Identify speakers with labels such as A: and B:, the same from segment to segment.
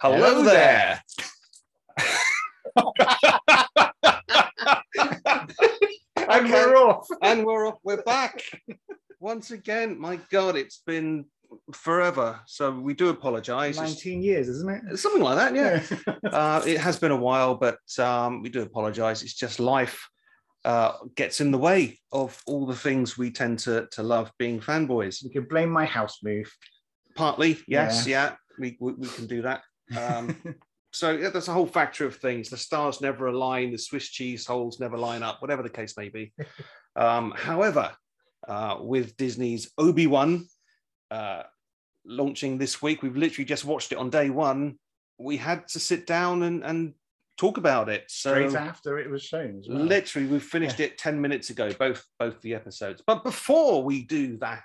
A: Hello there.
B: And
A: Okay.
B: we're off.
A: and we're off. We're back once again. My God, it's been forever. So we do apologise. It's-
B: 19 years, isn't it?
A: Something like that, yeah. Uh, it has been a while, but um, we do apologise. It's just life uh, gets in the way of all the things we tend to to love being fanboys.
B: You can blame my house move.
A: Partly, yes, yeah, we, we we can do that. Um, so yeah, there's a whole factor of things. The stars never align, the Swiss cheese holes never line up, whatever the case may be. um, however, uh, with Disney's Obi Wan uh, launching this week, we've literally just watched it on day one. We had to sit down and, and talk about it. So
B: Straight after it was shown. As well.
A: Literally, we finished it 10 minutes ago, both both the episodes. But before we do that,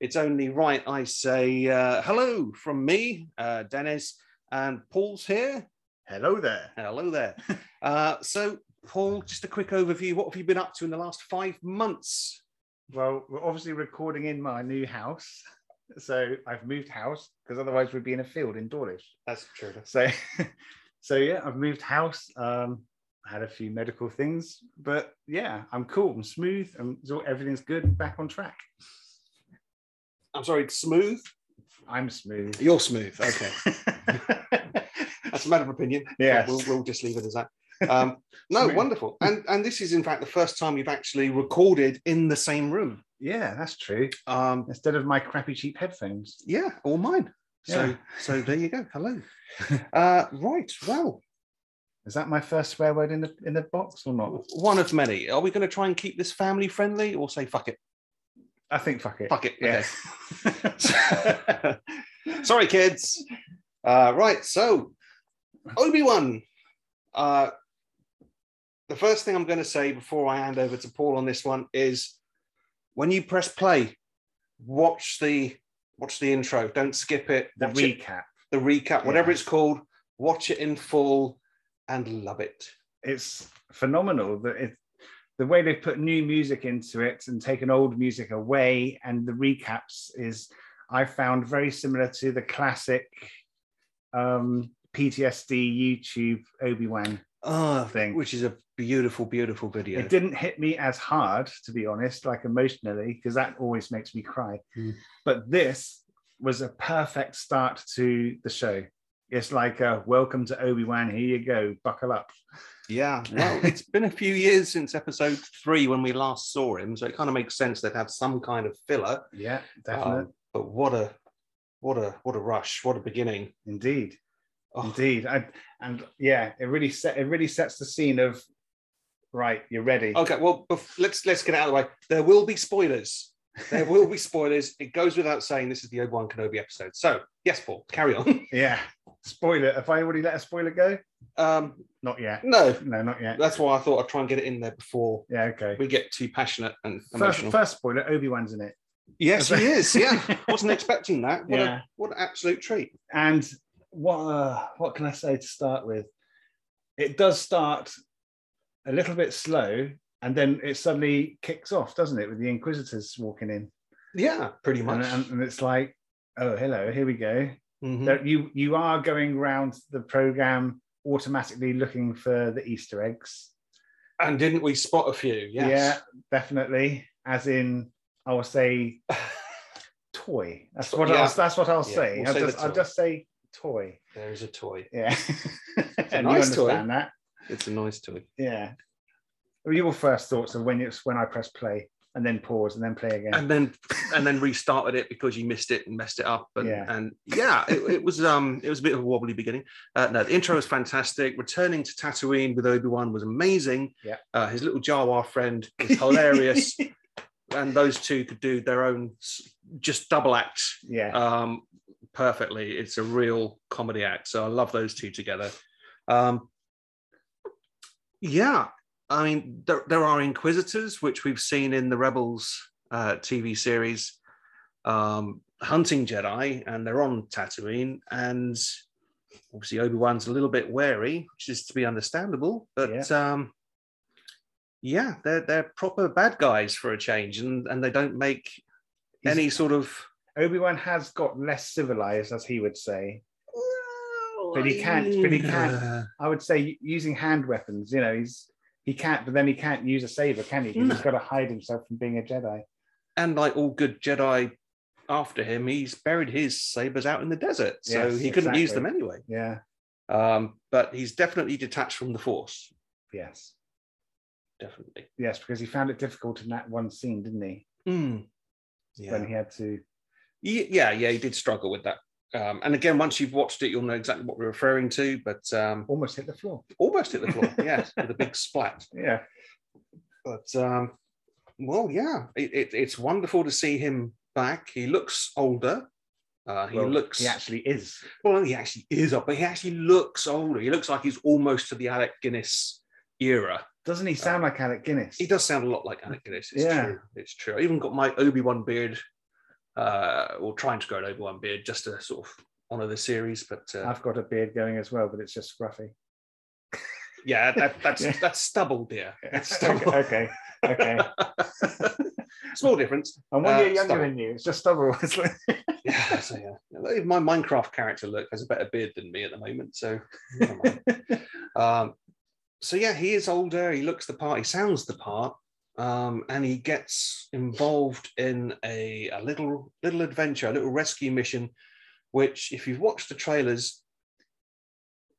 A: it's only right I say uh, hello from me, uh, Dennis, and Paul's here.
B: Hello there.
A: Hello there. uh, so, Paul, just a quick overview. What have you been up to in the last five months?
B: Well, we're obviously recording in my new house. So I've moved house because otherwise we'd be in a field in Dawlish.
A: That's true.
B: So, so yeah, I've moved house. Um, had a few medical things, but yeah, I'm cool. I'm smooth. I'm, so everything's good. Back on track.
A: I'm sorry, smooth.
B: I'm smooth.
A: You're smooth. Okay. That's a matter of opinion.
B: Yes.
A: We'll, we'll just leave it as that. Um, no,
B: Smooth.
A: wonderful. And and this is in fact the first time we've actually recorded in the same room.
B: yeah, that's true.
A: Um,
B: Instead of my crappy cheap headphones.
A: yeah, or mine. So
B: Yeah.
A: so there you go. Hello. Uh, right. Well,
B: Is that my first swear word in the in the box or not?
A: one of many. Are we going to try and keep this family friendly, or say fuck it?
B: I think fuck it.
A: Fuck it. Okay.
B: Yes.
A: Sorry, kids. Uh, right, so Obi Wan. Uh, the first thing I'm going to say before I hand over to Paul on this one is, when you press play, watch the watch the intro. Don't skip it.
B: the
A: Watch it,
B: recap.
A: the recap, whatever
B: Yeah.
A: it's called. Watch it in full, and love it.
B: It's phenomenal that it, the way they've put new music into it and taken old music away, and the recaps is I found very similar to the classic um, PTSD YouTube Obi Wan
A: Oh,
B: thing.
A: which is a beautiful, beautiful video.
B: It didn't hit me as hard, to be honest, like emotionally, because that always makes me cry.
A: Mm.
B: But this was a perfect start to the show. It's like a welcome to Obi Wan. Here you go, buckle up.
A: Yeah, well, it's been a few years since episode three when we last saw him, so it kind of makes sense they'd have some kind of filler.
B: Yeah, definitely,
A: Um, but what a, what a, what a rush! What a beginning!
B: indeed,
A: Oh,
B: indeed. I, and yeah, it really set it really sets the scene of right. You're ready.
A: okay, well, bef- let's let's get it out of the way. There will be spoilers. There will be spoilers. It goes without saying this is the Obi Wan Kenobi episode. So yes, Paul, carry on.
B: Yeah. Spoiler. Have I already let a spoiler go?
A: Um,
B: Not yet.
A: no,
B: No, not yet.
A: that's why I thought I'd try and get it in there before
B: Yeah. Okay.
A: we get too passionate and
B: First,
A: emotional.
B: first spoiler. Obi Wan's in it.
A: yes, he is. Yeah, wasn't expecting that. What
B: Yeah.
A: a what an absolute treat.
B: And what uh, what can I say to start with? It does start a little bit slow, and then it suddenly kicks off, doesn't it? With the Inquisitors walking in,
A: Yeah, pretty much.
B: and, um, and, and it's like, oh, hello, here we go.
A: Mhm.
B: That you you are going round the program automatically looking for the Easter eggs.
A: And didn't we spot a few? Yes.
B: Yeah, definitely. As in, I will say toy. That's
A: Toy,
B: what
A: yeah.
B: I'll, that's what I'll
A: Yeah,
B: say.
A: we'll
B: I'll,
A: say the
B: just, I'll
A: toy.
B: just say toy.
A: There is a toy.
B: Yeah. and
A: nice
B: you
A: toy.
B: understand that.
A: It's a nice toy.
B: Yeah. What were Your first thoughts of when it's when I press play and then pause and then play again.
A: And then and then restarted it because you missed it and messed it up. And
B: Yeah.
A: and yeah, it, it was um it was a bit of a wobbly beginning. Uh, no, the intro was fantastic. Returning to Tatooine with Obi Wan was amazing.
B: Yeah.
A: Uh, his little Jawa friend was hilarious, and those two could do their own s- just double act
B: yeah.
A: um, perfectly. It's a real comedy act. So I love those two together. Um, yeah, I mean, there, there are Inquisitors, which we've seen in the Rebels uh, TV series, um, hunting Jedi, and they're on Tatooine. And obviously, Obi Wan's a little bit wary, which is to be understandable. But um, yeah, they're, they're proper bad guys for a change, and, and they don't make
B: He's-
A: any sort of
B: Obi Wan has got less civilized, as he would say.
A: well,
B: but he can't. But he can't. I would say using hand weapons. You know, he's he can't. But then he can't use a saber, can he? 'Cause He's got to hide himself from being a Jedi.
A: and like all good Jedi after him, he's buried his sabers out in the desert, so
B: Yes,
A: he couldn't use
B: exactly.
A: them anyway.
B: Yeah.
A: Um, but he's definitely detached from the Force,
B: Yes.
A: definitely.
B: Yes, because he found it difficult in that one scene, didn't he?
A: Mm. Yeah.
B: When he had to.
A: Ye- yeah, yeah, he did struggle with that. Um, and again, once you've watched it, you'll know exactly what we're referring to. But um,
B: Almost hit the floor.
A: almost hit the floor, yes, with a big splat.
B: Yeah.
A: But um, well, yeah, it, it, it's wonderful to see him back. He looks older. Uh, he
B: Well,
A: looks.
B: He actually is.
A: Well, he actually is up, but he actually looks older. He looks like he's almost to the Alec Guinness era.
B: Doesn't he sound like Alec Guinness?
A: He does sound a lot like Alec Guinness. It's
B: Yeah.
A: true. It's true. I even got my Obi Wan beard, uh, or trying to grow an Obi Wan beard just to sort of honor the series. But uh,
B: I've got a beard going as well, but it's just scruffy.
A: yeah, that, that's
B: Yeah.
A: that's stubble, dear. That's
B: okay.
A: stubble.
B: Okay. okay.
A: Small difference.
B: I'm one
A: Uh,
B: year younger
A: stubble.
B: than you. It's just stubble. It's like-
A: Yeah, so, yeah. Even My Minecraft character look has a better beard than me at the moment. So, never mind. um, so yeah, he is older. He looks the part. He sounds the part, um, and he gets involved in a, a little little adventure, a little rescue mission, which, if you've watched the trailers,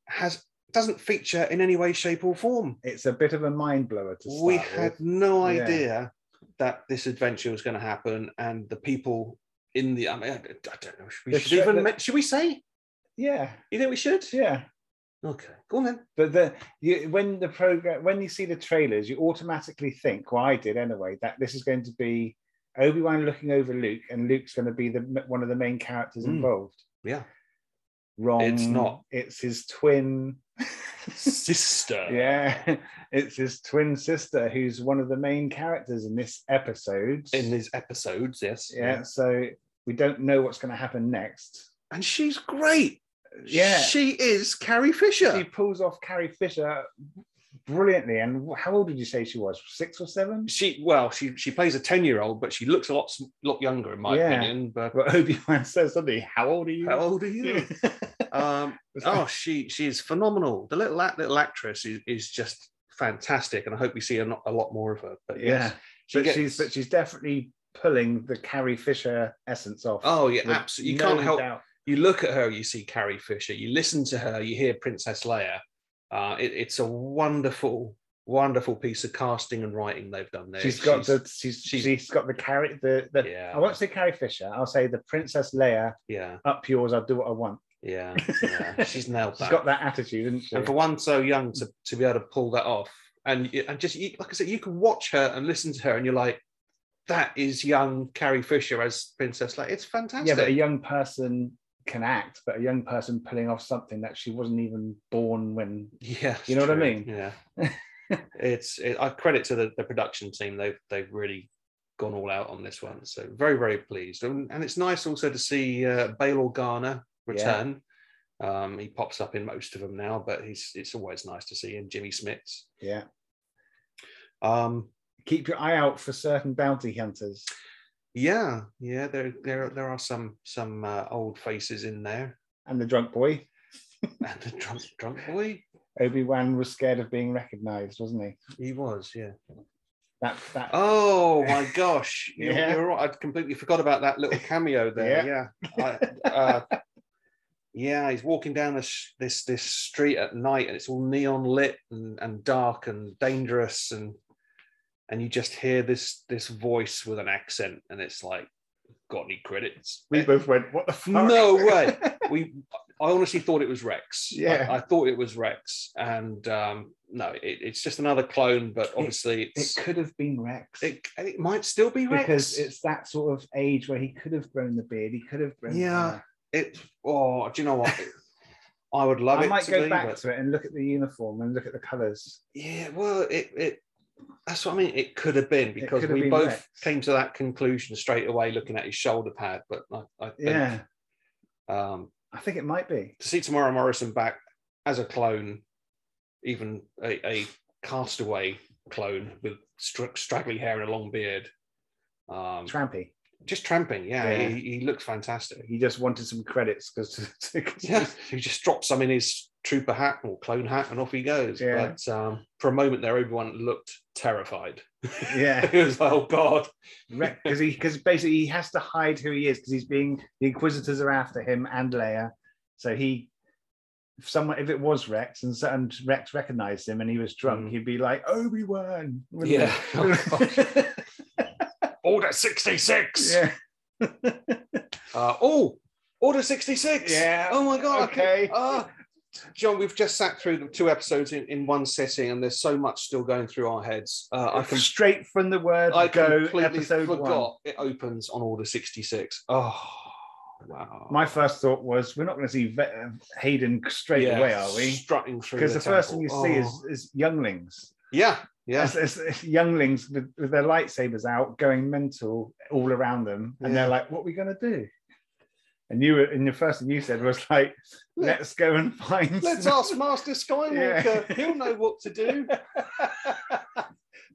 A: has doesn't feature in any way, shape, or form.
B: it's a bit of a mind blower to start
A: We
B: with.
A: had no
B: Yeah.
A: idea that this adventure was going to happen, and the people in the I, mean, I I don't know. Should we,
B: The
A: should
B: tra-
A: even
B: the-
A: men- should we say?
B: Yeah.
A: You think we should?
B: Yeah.
A: Okay, go on then.
B: But the you, when the program when you see the trailers, you automatically think, well, I did anyway, that this is going to be Obi Wan looking over Luke, and Luke's going to be the one of the main characters
A: Mm.
B: involved.
A: Yeah.
B: Wrong.
A: It's not.
B: It's his twin.
A: Sister.
B: yeah, it's his twin sister who's one of the main characters in this episode.
A: in these episodes. Yes.
B: yeah, so we don't know what's going to happen next.
A: And she's great.
B: Yeah,
A: She is Carrie Fisher.
B: she pulls off Carrie Fisher brilliantly. And how old did you say she was? Six or seven?
A: She, well, she she plays a ten year old, but she looks a lot s- lot younger in my
B: Yeah.
A: opinion. But
B: But Obi Wan says something. How old are you?
A: how old are you? um, oh, she she is phenomenal. The little act- little actress is, is just fantastic, and I hope we see a, no- a lot more of her. But
B: yeah.
A: yes, she
B: But
A: gets-
B: she's but she's definitely pulling the Carrie Fisher essence off.
A: oh yeah,
B: With
A: absolutely. You
B: no
A: can't help.
B: doubt.
A: You look at her, you see Carrie Fisher. You listen to her, you hear Princess Leia. Uh, it, it's a wonderful, wonderful piece of casting and writing they've done there.
B: She's got the she's,
A: she's-
B: she's got the Carrie the, the
A: Yeah.
B: I won't say Carrie Fisher. I'll say the Princess Leia.
A: Yeah,
B: Up yours. I'll do what I want.
A: yeah, yeah. She's nailed
B: She's
A: that.
B: got that attitude, isn't she?
A: And for one so young to, to be able to pull that off, and you- and just you- like I said, you can watch her and listen to her, and you're like, that is young Carrie Fisher as Princess Leia. It's fantastic.
B: yeah, but a young person can act, but a young person pulling off something that she wasn't even born when.
A: Yeah, it's
B: You know what I
A: true.
B: mean?
A: Yeah, it's it, I credit to the, the production team. They've they've really gone all out on this one. So very very pleased, and, and it's nice also to see uh, Bail Organa return. Um, he pops up in most of them now, but he's it's always nice to see him. Jimmy Smits.
B: Yeah.
A: Um,
B: Keep your eye out for certain bounty hunters.
A: yeah, yeah, there there there are some some uh, old faces in there,
B: And the drunk boy.
A: and the drunk drunk boy
B: Obi Wan was scared of being recognised, wasn't he?
A: he was, yeah.
B: That that
A: Oh my gosh! You're,
B: Yeah.
A: you're right. I completely forgot about that little cameo there. Yeah, I, uh, yeah. He's walking down this this this street at night, and it's all neon lit and, and dark and dangerous, and and you just hear this this voice with an accent, and it's like, got any credits?
B: we both went. What the fuck?
A: No way. we I honestly thought it was Rex. I-
B: Yeah.
A: I, thought it was Rex, and um, no, it, it's just another clone. But obviously,
B: it
A: it's.
B: could have been Rex.
A: It, it might still be Rex.
B: because it's that sort of age where he could have grown the beard. He could have grown. the
A: Yeah.
B: hair.
A: It- oh, do you know what? I would love
B: I
A: it.
B: might
A: to
B: go
A: be,
B: back
A: but-
B: to it and look at the uniform and look at the colours.
A: Yeah, well, it it that's what I mean. It could have been because
B: could have
A: we
B: been
A: both
B: Rex.
A: came to that conclusion straight away, looking at his shoulder pad. But I, I think,
B: Yeah,
A: um,
B: I think it might be.
A: to see Tamara Morrison back as a clone, even a, a castaway clone with str- straggly hair and a long beard. Um,
B: Trampy.
A: Just tramping, yeah.
B: Yeah.
A: He, he looked fantastic.
B: He just wanted some credits because
A: Yeah, he just dropped some in his trooper hat or clone hat, and off he goes.
B: Yeah.
A: But um, for a moment there, everyone looked terrified.
B: yeah,
A: it was like, oh god,
B: because he because basically he has to hide who he is because he's being the Inquisitors are after him and Leia, so he. If someone, if it was Rex and, so- and Rex recognized him and he was drunk,
A: Mm.
B: he'd be like Obi Wan.
A: yeah, Oh, Order sixty six.
B: yeah,
A: Uh, oh, Order 66.
B: Yeah,
A: Oh my God.
B: okay.
A: Ah, John, we've just sat through the two episodes in, in one sitting, and there's so much still going through our heads. Uh, I, com-
B: straight from the word
A: I
B: go.
A: completely
B: Episode
A: forgot
B: one.
A: it opens on Order 66. Oh, wow.
B: My first thought was, we're not going to see Ve- uh, Hayden straight
A: Yeah,
B: away, are we?
A: Strutting through.
B: Because the, first thing you
A: temple.
B: see
A: Oh.
B: is, is younglings.
A: Yeah, yeah.
B: It's- it's- it's younglings with, with their lightsabers out, going mental all around them, and
A: Yeah.
B: they're like, "What are we going to do?" And you, were, and the first thing you said was like,
A: Let-
B: "Let's go and find."
A: Let's
B: some-
A: ask Master Skywalker.
B: Yeah.
A: He'll know what to do.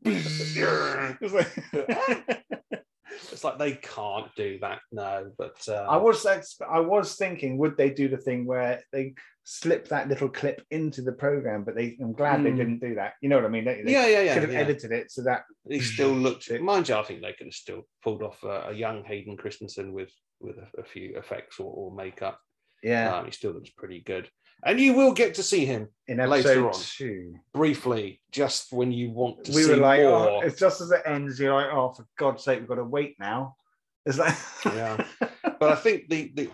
B: It's like-
A: it's like they can't do that. No, but uh,
B: I was ex- I was thinking, would they do the thing where they slip that little clip into the program? But they, I'm glad they
A: Mm.
B: didn't do that. You know what I mean? They, they
A: yeah, yeah, yeah.
B: could have
A: yeah.
B: edited it so that
A: he still looked.
B: It-
A: Mind you, I think they could have still pulled off a, a young Hayden Christensen with with a, a few effects or, or makeup.
B: yeah,
A: Um, he still looks pretty good, and you will get to see him
B: in
A: later
B: episode
A: on.
B: two.
A: briefly, just when you want to
B: we
A: see
B: were like, oh,
A: more.
B: it's just as it ends, you're like, oh, for God's sake, we've got to wait now. It's like,
A: yeah, but I think the, the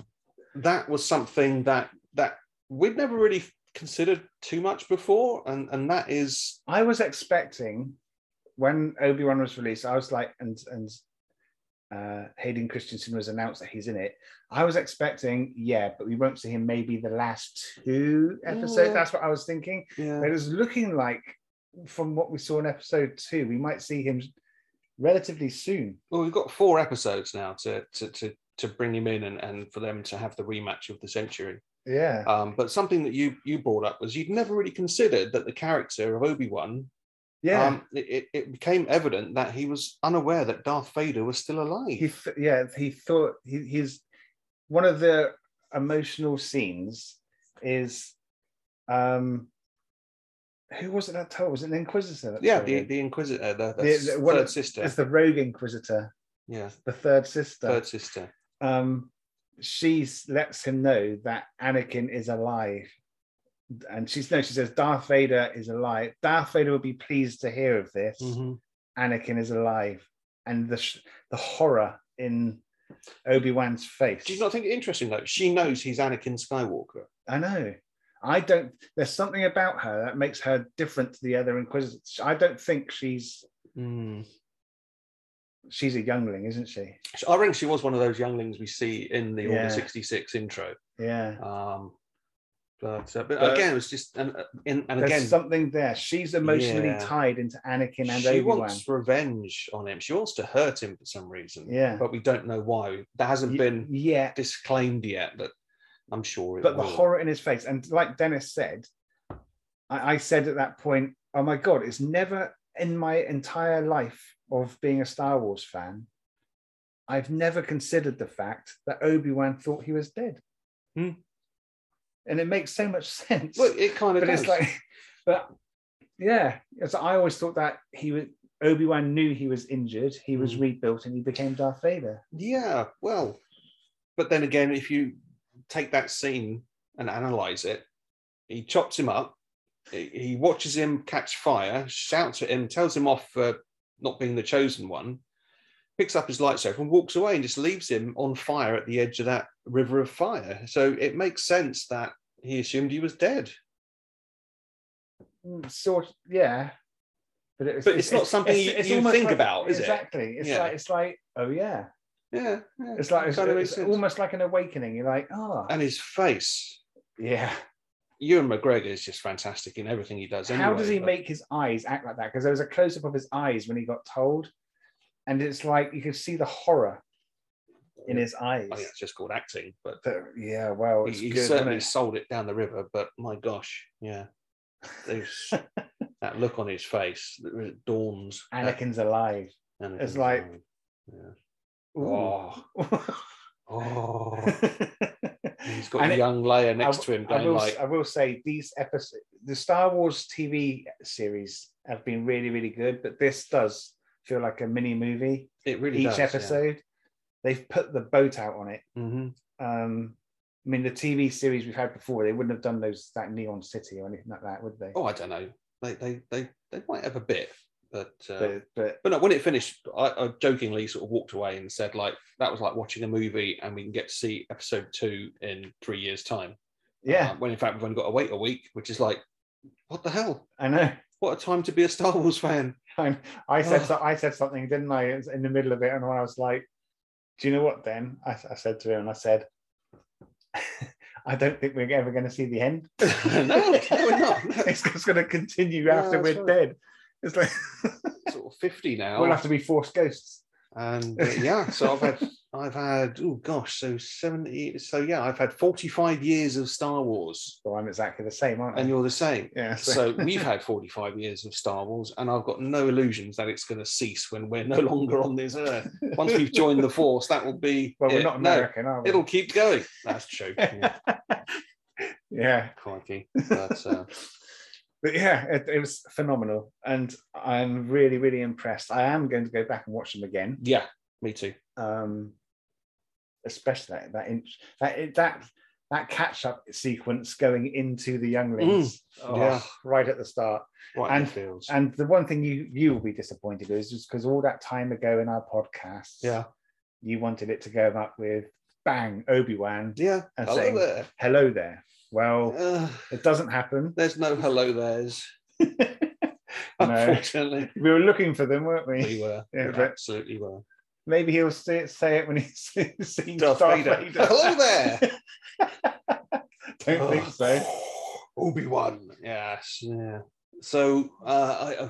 A: that was something that that we'd never really considered too much before, and and that is
B: I was expecting when Obi Wan was released, I was like, and and uh, Hayden Christensen was announced that he's in it. I was expecting, yeah, but we won't see him maybe the last two episodes.
A: Yeah.
B: That's what I was thinking.
A: yeah.
B: But it was looking like from what we saw in episode two, we might see him relatively soon.
A: Well, we've got four episodes now to to to to bring him in and, and for them to have the rematch of the century.
B: Yeah.
A: Um, but something that you you brought up was you'd never really considered that the character of Obi Wan,
B: Yeah.
A: um, it, it- it became evident that he was unaware that Darth Vader was still alive.
B: he th- yeah he thought he, he's one of the emotional scenes is um who was it that told was it an inquisitor that
A: yeah,
B: told
A: the,
B: him?
A: the Inquisitor, uh, the, the,
B: The-
A: s-
B: the- one
A: third
B: of-
A: sister.
B: it's the rogue inquisitor
A: yeah,
B: the third sister
A: third sister.
B: um she s- lets him know that anakin is alive and she's no she says darth vader is alive darth vader will be pleased to hear of this
A: Mhm.
B: anakin is alive and the sh- the horror in obi-wan's face
A: Do you not think it interesting though? She knows he's Anakin Skywalker.
B: I know. I don't. There's something about her that makes her different to the other Inquisitors. I don't think she's Mm. she's a youngling, isn't she?
A: So I reckon she was one of those younglings we see in the Order
B: Yeah.
A: sixty six intro.
B: Yeah.
A: Um, but, uh, but
B: But-
A: again, it was just and uh, in, and
B: There's
A: again
B: something there. She's emotionally
A: Yeah.
B: tied into Anakin and
A: she
B: Obi Wan.
A: wants revenge on him. She wants to hurt him for some reason.
B: Yeah.
A: But we don't know why. That hasn't been
B: yeah.
A: disclaimed yet, but I'm sure it
B: But the
A: will.
B: horror in his face, and like Dennis said, I, I said at that point, "Oh my god, it's never in my entire life of being a Star Wars fan." I've never considered the fact that Obi Wan thought he was dead.
A: Hmm.
B: And it makes so much sense.
A: Well, it kind of
B: but
A: does.
B: it's like, but yeah, it's, I always thought that he was Obi Wan knew he was injured, he was
A: Mhm.
B: rebuilt, and he became Darth Vader.
A: yeah, well. But then again, if you take that scene and analyze it, he chops him up. He he watches him catch fire, shouts at him, tells him off for not being the chosen one, picks up his lightsaber and walks away and just leaves him on fire at the edge of that river of fire. So it makes sense that he assumed he was dead.
B: Mm, Sort yeah, but, it was,
A: But it's not something you- you
B: almost
A: think
B: like-
A: about, is it?
B: exactly. It's
A: Yeah.
B: like it's like oh yeah,
A: Yeah, yeah,
B: it's like it's,
A: kinda
B: it's
A: makes sense. Uh,
B: almost like an awakening. You're like oh
A: and his face.
B: yeah.
A: Ewan McGregor is just fantastic in everything he does. Anyway,
B: How does he
A: but-
B: make his eyes act like that? Because there was a close up of his eyes when he got told, and it's like you could see the horror in his eyes.
A: I think that's just called acting, but
B: That- yeah, well,
A: Oh, he,
B: Oh, it's
A: he
B: good, isn't
A: certainly
B: it?
A: sold it down the river. But my gosh, yeah, there's that look on his face that really dawns.
B: Anakin's alive.
A: Anakin's
B: It's like-
A: alive. Oh, oh. he's got
B: And
A: a
B: it-
A: young layer next
B: I-
A: to him,
B: I
A: going
B: will,
A: like,
B: I will say these episodes, the Star Wars TV series have been really, really good, but this does feel like a mini movie.
A: it really
B: Each
A: does, yeah.
B: episode, they've put the boat out on it.
A: Mhm.
B: Um, I mean, the TV series we've had before, they wouldn't have done those that Neon City or anything like that, would they?
A: Oh, I don't know. They, they, they, they might have a bit, but. Uh,
B: but, but
A: but no, when it finished, I, I jokingly sort of walked away and said, like, that was like watching a movie and we can get to see episode two in three years' time.
B: yeah,
A: Uh, when in fact, we've only got to wait a week, which is like, what the hell?
B: I know.
A: What a time to be a Star Wars fan.
B: I'm, I said
A: Oh.
B: so, I said something, didn't I? It was In the middle of it, and when I was like, "Do you know what?" Then I, I said to him, I said, "I don't think we're ever going to see the end.
A: no, no, we're not. No.
B: it's just going to continue
A: No,
B: after
A: that's
B: we're
A: right.
B: dead. It's like
A: Sort of 50 now.
B: we'll have to be forced ghosts."
A: and uh, yeah, so I've had, I've had, oh gosh, so 70. So yeah, I've had 45 years of Star Wars
B: So I'm exactly the same, aren't I?
A: and you're the same.
B: yeah.
A: So we've had 45 years of Star Wars, and I've got no illusions that it's going to cease when we're no longer on this earth. Once we've joined the Force, that will be.
B: well, we're
A: it.
B: not
A: No,
B: American, are we?
A: it'll keep going. That's true. Yeah,
B: yeah.
A: crikey. But, uh,
B: But yeah, it, it was phenomenal, and I'm really, really impressed. I am going to go back and watch them again.
A: yeah, me too.
B: um, especially that that inch that that that catch up sequence going into the younglings, oh,
A: Mm. yeah.
B: right at the start.
A: Right in
B: And-
A: the fields.
B: And the one thing you you will be disappointed with is just because all that time ago in our podcast,
A: yeah,
B: you wanted it to go up with bang Obi Wan,
A: yeah.
B: And Oh.
A: Hello
B: saying-
A: there.
B: hello there. Well,
A: Uh,
B: it doesn't happen.
A: there's no hello there's.
B: No.
A: Unfortunately,
B: We were looking for them, weren't we?
A: we were.
B: Yeah,
A: we
B: but-
A: absolutely were.
B: Maybe he'll say it, say it when he sees sees
A: Darth
B: Darth,
A: Vader.
B: Vader.
A: Hello there. Oh,
B: Don't think so.
A: Obi Wan. Yes. Yeah. So uh, I, uh,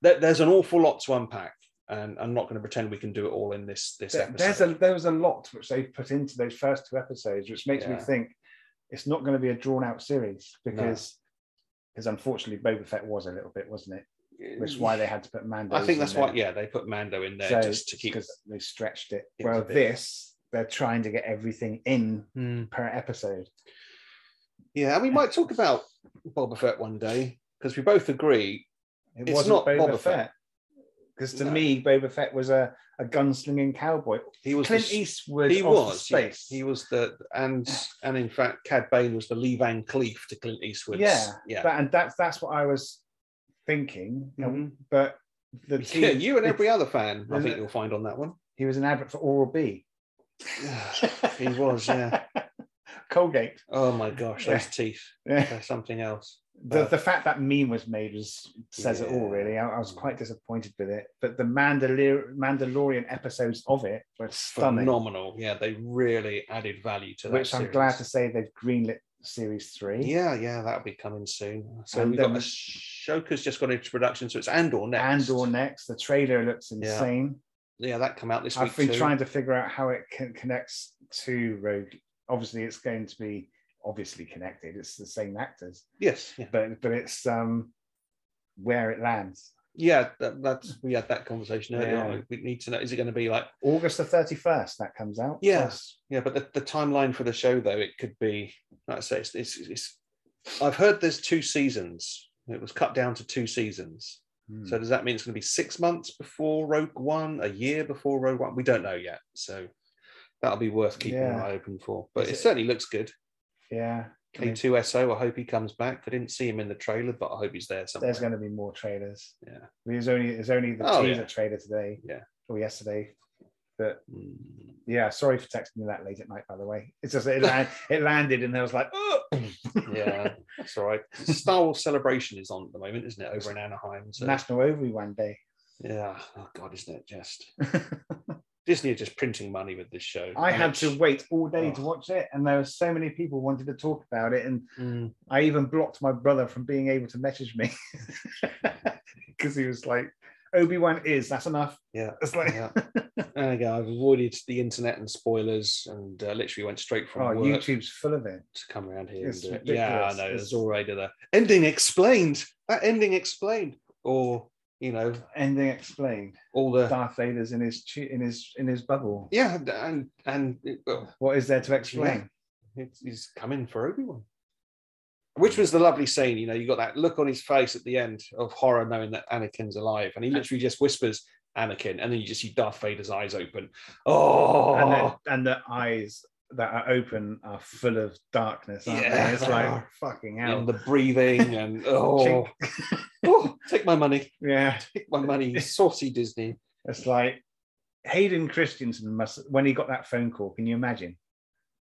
A: there, there's an awful lot to unpack, and I'm not going to pretend we can do it all in this this
B: There-
A: episode.
B: there's a there was a lot which they put into those first two episodes, which makes me
A: Yeah.
B: think it's not going to be a drawn out series because because unfortunately Boba Fett was a little bit, wasn't it? Which is why they had to put Mando.
A: I think that's why. Yeah, they put Mando in there just to keep.
B: because they stretched it.
A: it was
B: well,
A: a bit-
B: this they're trying to get everything in
A: Hmm.
B: per episode.
A: Yeah, and we might talk about Boba Fett one day because we both agree.
B: It
A: It's
B: wasn't
A: not
B: Boba,
A: Boba Fett.
B: Fett because to
A: No.
B: me Boba Fett was a a gunslinging cowboy.
A: He was the
B: Clint
A: s-
B: Eastwood.
A: he
B: of
A: was
B: the
A: yeah.
B: space.
A: he was the and and in fact Cad Bane was the Lee Van Cleef to Clint Eastwood.
B: Yeah,
A: yeah.
B: That- and that's that's what I was thinking. And
A: Mhm.
B: but the team,
A: Yeah, you and every other fan, I
B: Is
A: think
B: it-
A: you'll find on that one.
B: he was an advert for Oral B.
A: he was, yeah.
B: Colgate.
A: Oh my gosh, those teeth.
B: Yeah.
A: They're something else.
B: The,
A: But-
B: the fact that meme was made was says it
A: Uh,
B: all,
A: Yeah. Mm.
B: really. I, I was quite disappointed with it, but the Mandalor- Mandalorian episodes of it were stunning,
A: Phenomenal. Yeah, they really added value to that.
B: which I'm
A: series.
B: glad to say they've greenlit series three.
A: Yeah, yeah, that'll be coming soon. So
B: And
A: we've got
B: then-
A: a Shoka's just gone into production, so it's Andor next.
B: and or next, the trailer looks
A: Yeah.
B: insane.
A: Yeah, that come out this week.
B: I've been
A: too.
B: trying to figure out how it can, connects to Rogue. Obviously, it's going to be obviously connected. It's the same actors,
A: Yes. Yeah,
B: but but it's um where it lands.
A: yeah that, that's we had that conversation earlier
B: Yeah.
A: on. We need to know is it going to be like
B: August the thirty first that comes out.
A: Yes. Yeah, but the, the timeline for the show though, it could be like I say, it's, it's it's I've heard there's two seasons. It was cut down to two seasons.
B: Hmm.
A: So does that mean it's going to be six months before Rogue One, a year before Rogue One? We don't know yet. So that'll be worth keeping an
B: Yeah.
A: eye open for. But
B: Is
A: it,
B: it-
A: certainly looks good.
B: yeah, I mean,
A: K2SO, I hope he comes back. I didn't see him in the trailer, but I hope he's there somewhere.
B: there's going to be more trailers.
A: Yeah.
B: there's only there's only the
A: Oh,
B: teaser
A: yeah.
B: trailer today.
A: Yeah.
B: or yesterday. But
A: Mm.
B: yeah, sorry for texting you that late at night. By the way, it's just it, land, it landed and I was like, oh.
A: Hmm. yeah, that's all right. Star Wars Celebration is on at the moment, isn't it? Over in Anaheim. So
B: National Ovary One Day.
A: Yeah. Oh God, isn't it just Disney are just printing money with this show.
B: I had
A: It's-
B: to wait all day to
A: Oh.
B: watch it, and there were so many people wanted to talk about it, and
A: Mm.
B: I even blocked my brother from being able to message me because he was like, "Obi Wan is that's enough."
A: Yeah,
B: it's like, "Oh,
A: yeah. there you go. I've avoided the internet and spoilers, and uh, literally went straight
B: oh,
A: from work
B: YouTube's full of it.
A: to come around here.
B: It's
A: and do it. Yeah, I
B: ridiculous.
A: know.
B: It's-
A: There's already the ending explained. That ending explained, or you know,
B: Anything explained?
A: all the
B: Darth Vader's in his tu- in his in his bubble.
A: yeah, and- and and it, well,
B: What is there to explain?
A: it's, he's coming for Obi Wan, which was the lovely scene. You know, you got that look on his face at the end of horror, knowing that Anakin's alive, and he literally just whispers Anakin, and then you just see Darth Vader's eyes open. Oh,
B: And, the, and the eyes that are open are full of darkness. Aren't
A: Yeah,
B: they? It's
A: they
B: like
A: are.
B: fucking hell.
A: and the breathing, and oh, oh, take my money,
B: yeah,
A: take my money, you saucy Disney.
B: it's like Hayden Christensen must when he got that phone call. Can you imagine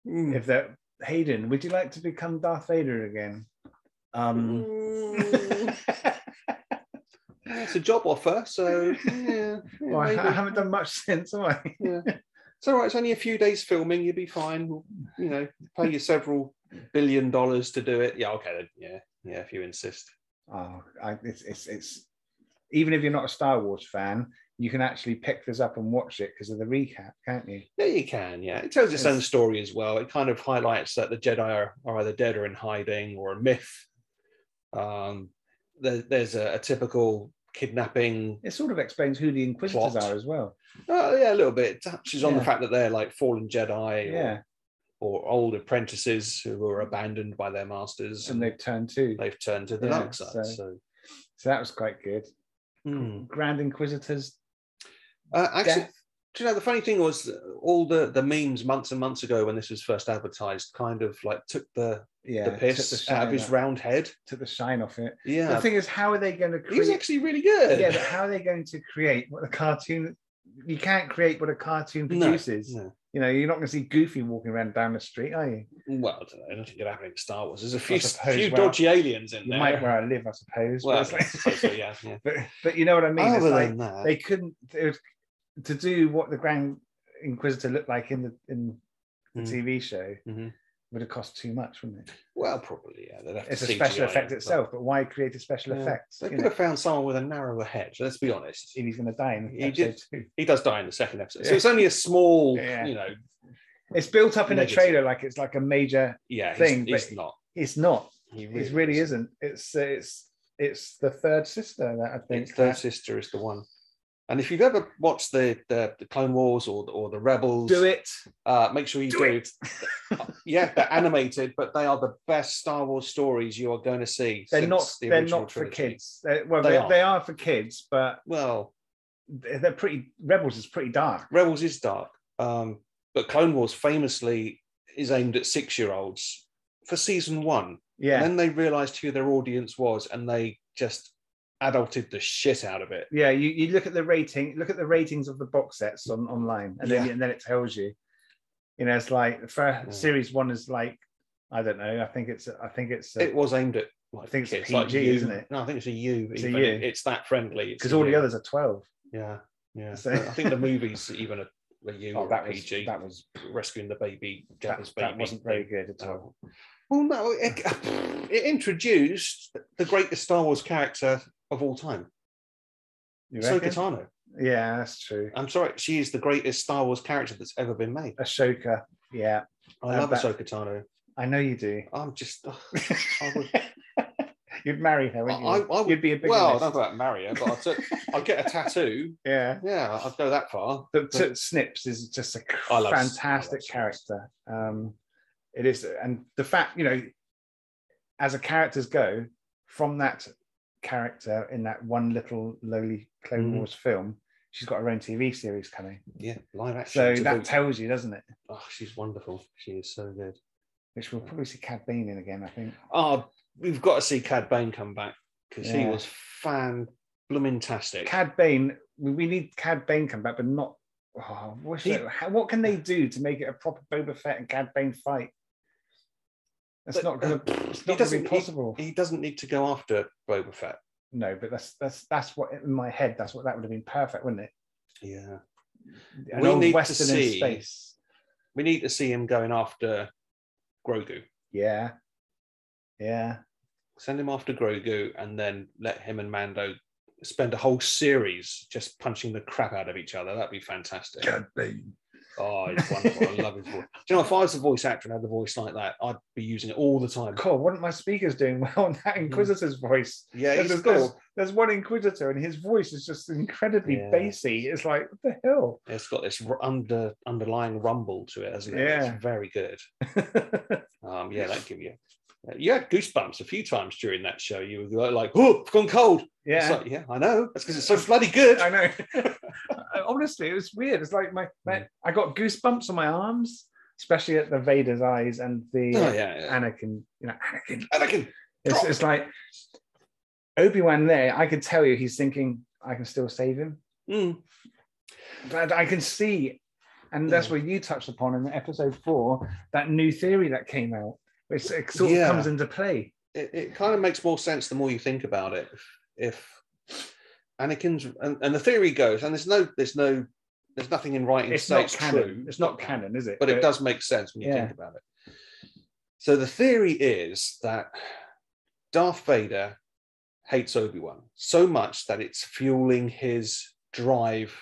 A: Mm.
B: if that Hayden? Would you like to become Darth Vader again? Um,
A: Mm. Yeah, it's a job offer, so yeah. yeah,
B: well, I, I
A: Mm-hmm. maybe.
B: haven't done much since, have I?
A: It's all right. It's only a few days filming. You'll be fine. We'll, you know, pay you several billion dollars to do it. Yeah, okay. Then. Yeah, yeah. If you insist.
B: Oh, I, it's, it's it's even if you're not a Star Wars fan, you can actually pick this up and watch it because of the recap, can't you?
A: Yeah, you can. Yeah, it tells its own story as well. It kind of highlights that the Jedi are, are either dead or in hiding or a myth. Um, there, there's a, a typical kidnapping.
B: It sort of explains who the Inquisitors
A: Plot.
B: are as well.
A: Oh, yeah, a little bit. It touches on the
B: Yeah.
A: fact that they're like fallen Jedi
B: Yeah,
A: or, or old apprentices who were abandoned by their masters
B: and they've turned two.
A: they've turned to the
B: Yeah,
A: dark side. So,
B: so- So that was quite good.
A: Hmm.
B: Grand Inquisitors.
A: Uh, actually,
B: death.
A: do you know the funny thing was uh, all the the memes months and months ago when this was first advertised kind of like took the
B: yeah,
A: the piss
B: took the
A: out
B: shine
A: of his
B: off-
A: round head.
B: took the shine off it.
A: Yeah,
B: The thing is, how are they going to
A: he was
B: create?
A: actually really good.
B: Yeah, but how are they going to create what a cartoon? You can't create what a cartoon
A: No,
B: produces.
A: no.
B: You know, you're not going to see Goofy walking around down the street, are you?
A: Well, I don't know. Nothing could happen in Star Wars. There's a few,
B: suppose,
A: few
B: well,
A: dodgy aliens in
B: You
A: there.
B: might where I live, I suppose. but
A: well,
B: it's
A: I suppose so, yeah. yeah.
B: but but you know what I mean. It's
A: Other
B: like
A: than that,
B: they couldn't it was, to do what the Grand Inquisitor looked like in the in the
A: Mm.
B: TV show
A: Mhm.
B: would have cost too much, wouldn't it?
A: well, probably yeah. They'd have to
B: It's a
A: CGI
B: special
A: it,
B: effect
A: but
B: itself, but why create a special
A: Yeah.
B: effect?
A: They
B: you
A: could
B: know,
A: have found someone with a narrower head. Let's be honest.
B: if he's going to die in
A: He
B: episode
A: did.
B: two.
A: He does die in the second episode, so
B: Yeah.
A: it's only a small,
B: Yeah.
A: you know,
B: It's built up in
A: Negative.
B: a trailer like it's like a major.
A: yeah. He's,
B: Thing, but
A: he's not.
B: It's not.
A: He
B: It really
A: isn't.
B: isn't. It's uh, it's it's the third sister that I think.
A: It's Third
B: that-
A: Sister is the one. And if you've ever watched the the, the Clone Wars or the, or the Rebels,
B: Do it.
A: Uh, make sure you do.
B: Do it.
A: yeah, they're animated, but they are the best Star Wars stories you are going to see.
B: They're
A: since
B: not.
A: the
B: they're
A: original
B: not for
A: trilogy.
B: kids. They're- well,
A: They
B: they, they,
A: are.
B: are. for kids, but
A: Well,
B: they're they're pretty. Rebels is pretty dark.
A: Rebels is dark, um, but Clone Wars famously is aimed at six year olds for season one.
B: Yeah.
A: And then they realised who their audience was, and they just adulted the shit out of it.
B: yeah you, you look at the rating look at the ratings of the box sets on online and then
A: Yeah. Mm.
B: and then it tells you you know it's like for
A: Yeah.
B: series one is like i don't know i think it's i think it's uh,
A: it was aimed at. Like,
B: I think it's
A: kids,
B: PG,
A: like you.
B: isn't it?
A: No, I think it's a U.
B: It's a
A: even.
B: U.
A: It's that friendly. It's
B: because
A: a
B: all the
A: U.
B: others are 12
A: Yeah, yeah.
B: So-
A: I think the movies even a, a U
B: oh,
A: or a
B: that was
A: PG
B: that was
A: rescuing the baby,
B: that,
A: Jabba's baby.
B: that wasn't very good at all
A: Oh. Well, no, it, it introduced the greatest Star Wars character of all time,
B: you
A: Ahsoka
B: reckon?
A: Tano.
B: yeah that's true
A: I'm sorry, she is the greatest Star Wars character that's ever been made.
B: ashoka yeah
A: I
B: Uh,
A: love
B: that-
A: Ahsoka Tano.
B: i know you do
A: I'm just, ugh, I would,
B: you'd marry her wouldn't you
A: I- I would-
B: you'd be a big
A: well, I don't know about Mario, but I'd, t- I'd get a tattoo.
B: yeah
A: Yeah, I'd go that far.
B: But Toot Snips is just a
A: I love-
B: fantastic
A: I love
B: character. Um, it is, and the fact you know, as a characters go, from that character in that one little lowly Clone
A: Mhm.
B: Wars film, she's got her own TV series coming.
A: Yeah, live action.
B: So
A: to
B: that
A: boot.
B: tells you, doesn't it?
A: oh, she's wonderful. She is so good.
B: Which we'll probably see Cad Bane in again, I think.
A: Oh, we've got to see Cad Bane come back because he
B: Yeah.
A: was fan blooming tastic.
B: Cad Bane, we, we need Cad Bane come back, but not. Oh, I wish
A: He-
B: they- how- what can they do to make it a proper Boba Fett and Cad Bane fight? It's
A: But,
B: not gonna.
A: uh,
B: It's
A: he
B: not gonna be
A: doesn't- he-
B: possible.
A: he doesn't need to go after Boba Fett.
B: No, but that's that's that's what in my head. That's what that would have been perfect, wouldn't it?
A: Yeah,
B: An
A: We
B: old
A: need to
B: western in
A: see-
B: space.
A: we need to see him going after Grogu.
B: Yeah, yeah,
A: Send him after Grogu, and then let him and Mando spend a whole series just punching the crap out of each other. That'd be fantastic.
B: be.
A: Oh, it's wonderful. I love his voice. Do you know, if I was a voice actor and had a voice like that, I'd be using it all the time.
B: God, weren't my speakers doing well in that Inquisitor's voice?
A: Hmm. Yeah,
B: There's,
A: he's
B: there's,
A: got,
B: there's one Inquisitor, and his voice is just incredibly
A: Yeah.
B: bassy. It's like, what the hell?
A: it's got this r- under underlying rumble to it, hasn't it?
B: Yeah.
A: It's very good. Um, yeah, that give you. uh, You had goosebumps a few times during that show. You were like, "Oh, it's gone cold." It's
B: yeah,
A: like, yeah, I know. That's because it's so bloody good. Oh,
B: I know. Honestly, it was weird. It's like my,
A: Hmm.
B: my I got goosebumps on my arms, especially at the Vader's eyes and the
A: Oh, yeah, yeah.
B: Anakin. You know, Anakin.
A: Anakin.
B: It's, it's like Obi Wan. There, I could tell you, he's thinking, I can still save him.
A: Mm.
B: But I can see, and that's
A: Mm.
B: what you touched upon in episode four, that new theory that came out, which it sort
A: Yeah.
B: of comes into play.
A: It, it kind of makes more sense the more you think about it. If Anakin's and, and the theory goes, and there's no, there's no, there's nothing in writing to
B: It's
A: say
B: not
A: it's
B: canon.
A: true.
B: It's not canon, is it?
A: but it does make sense when you
B: Yeah.
A: think about it. So the theory is that Darth Vader hates Obi Wan so much that it's fueling his drive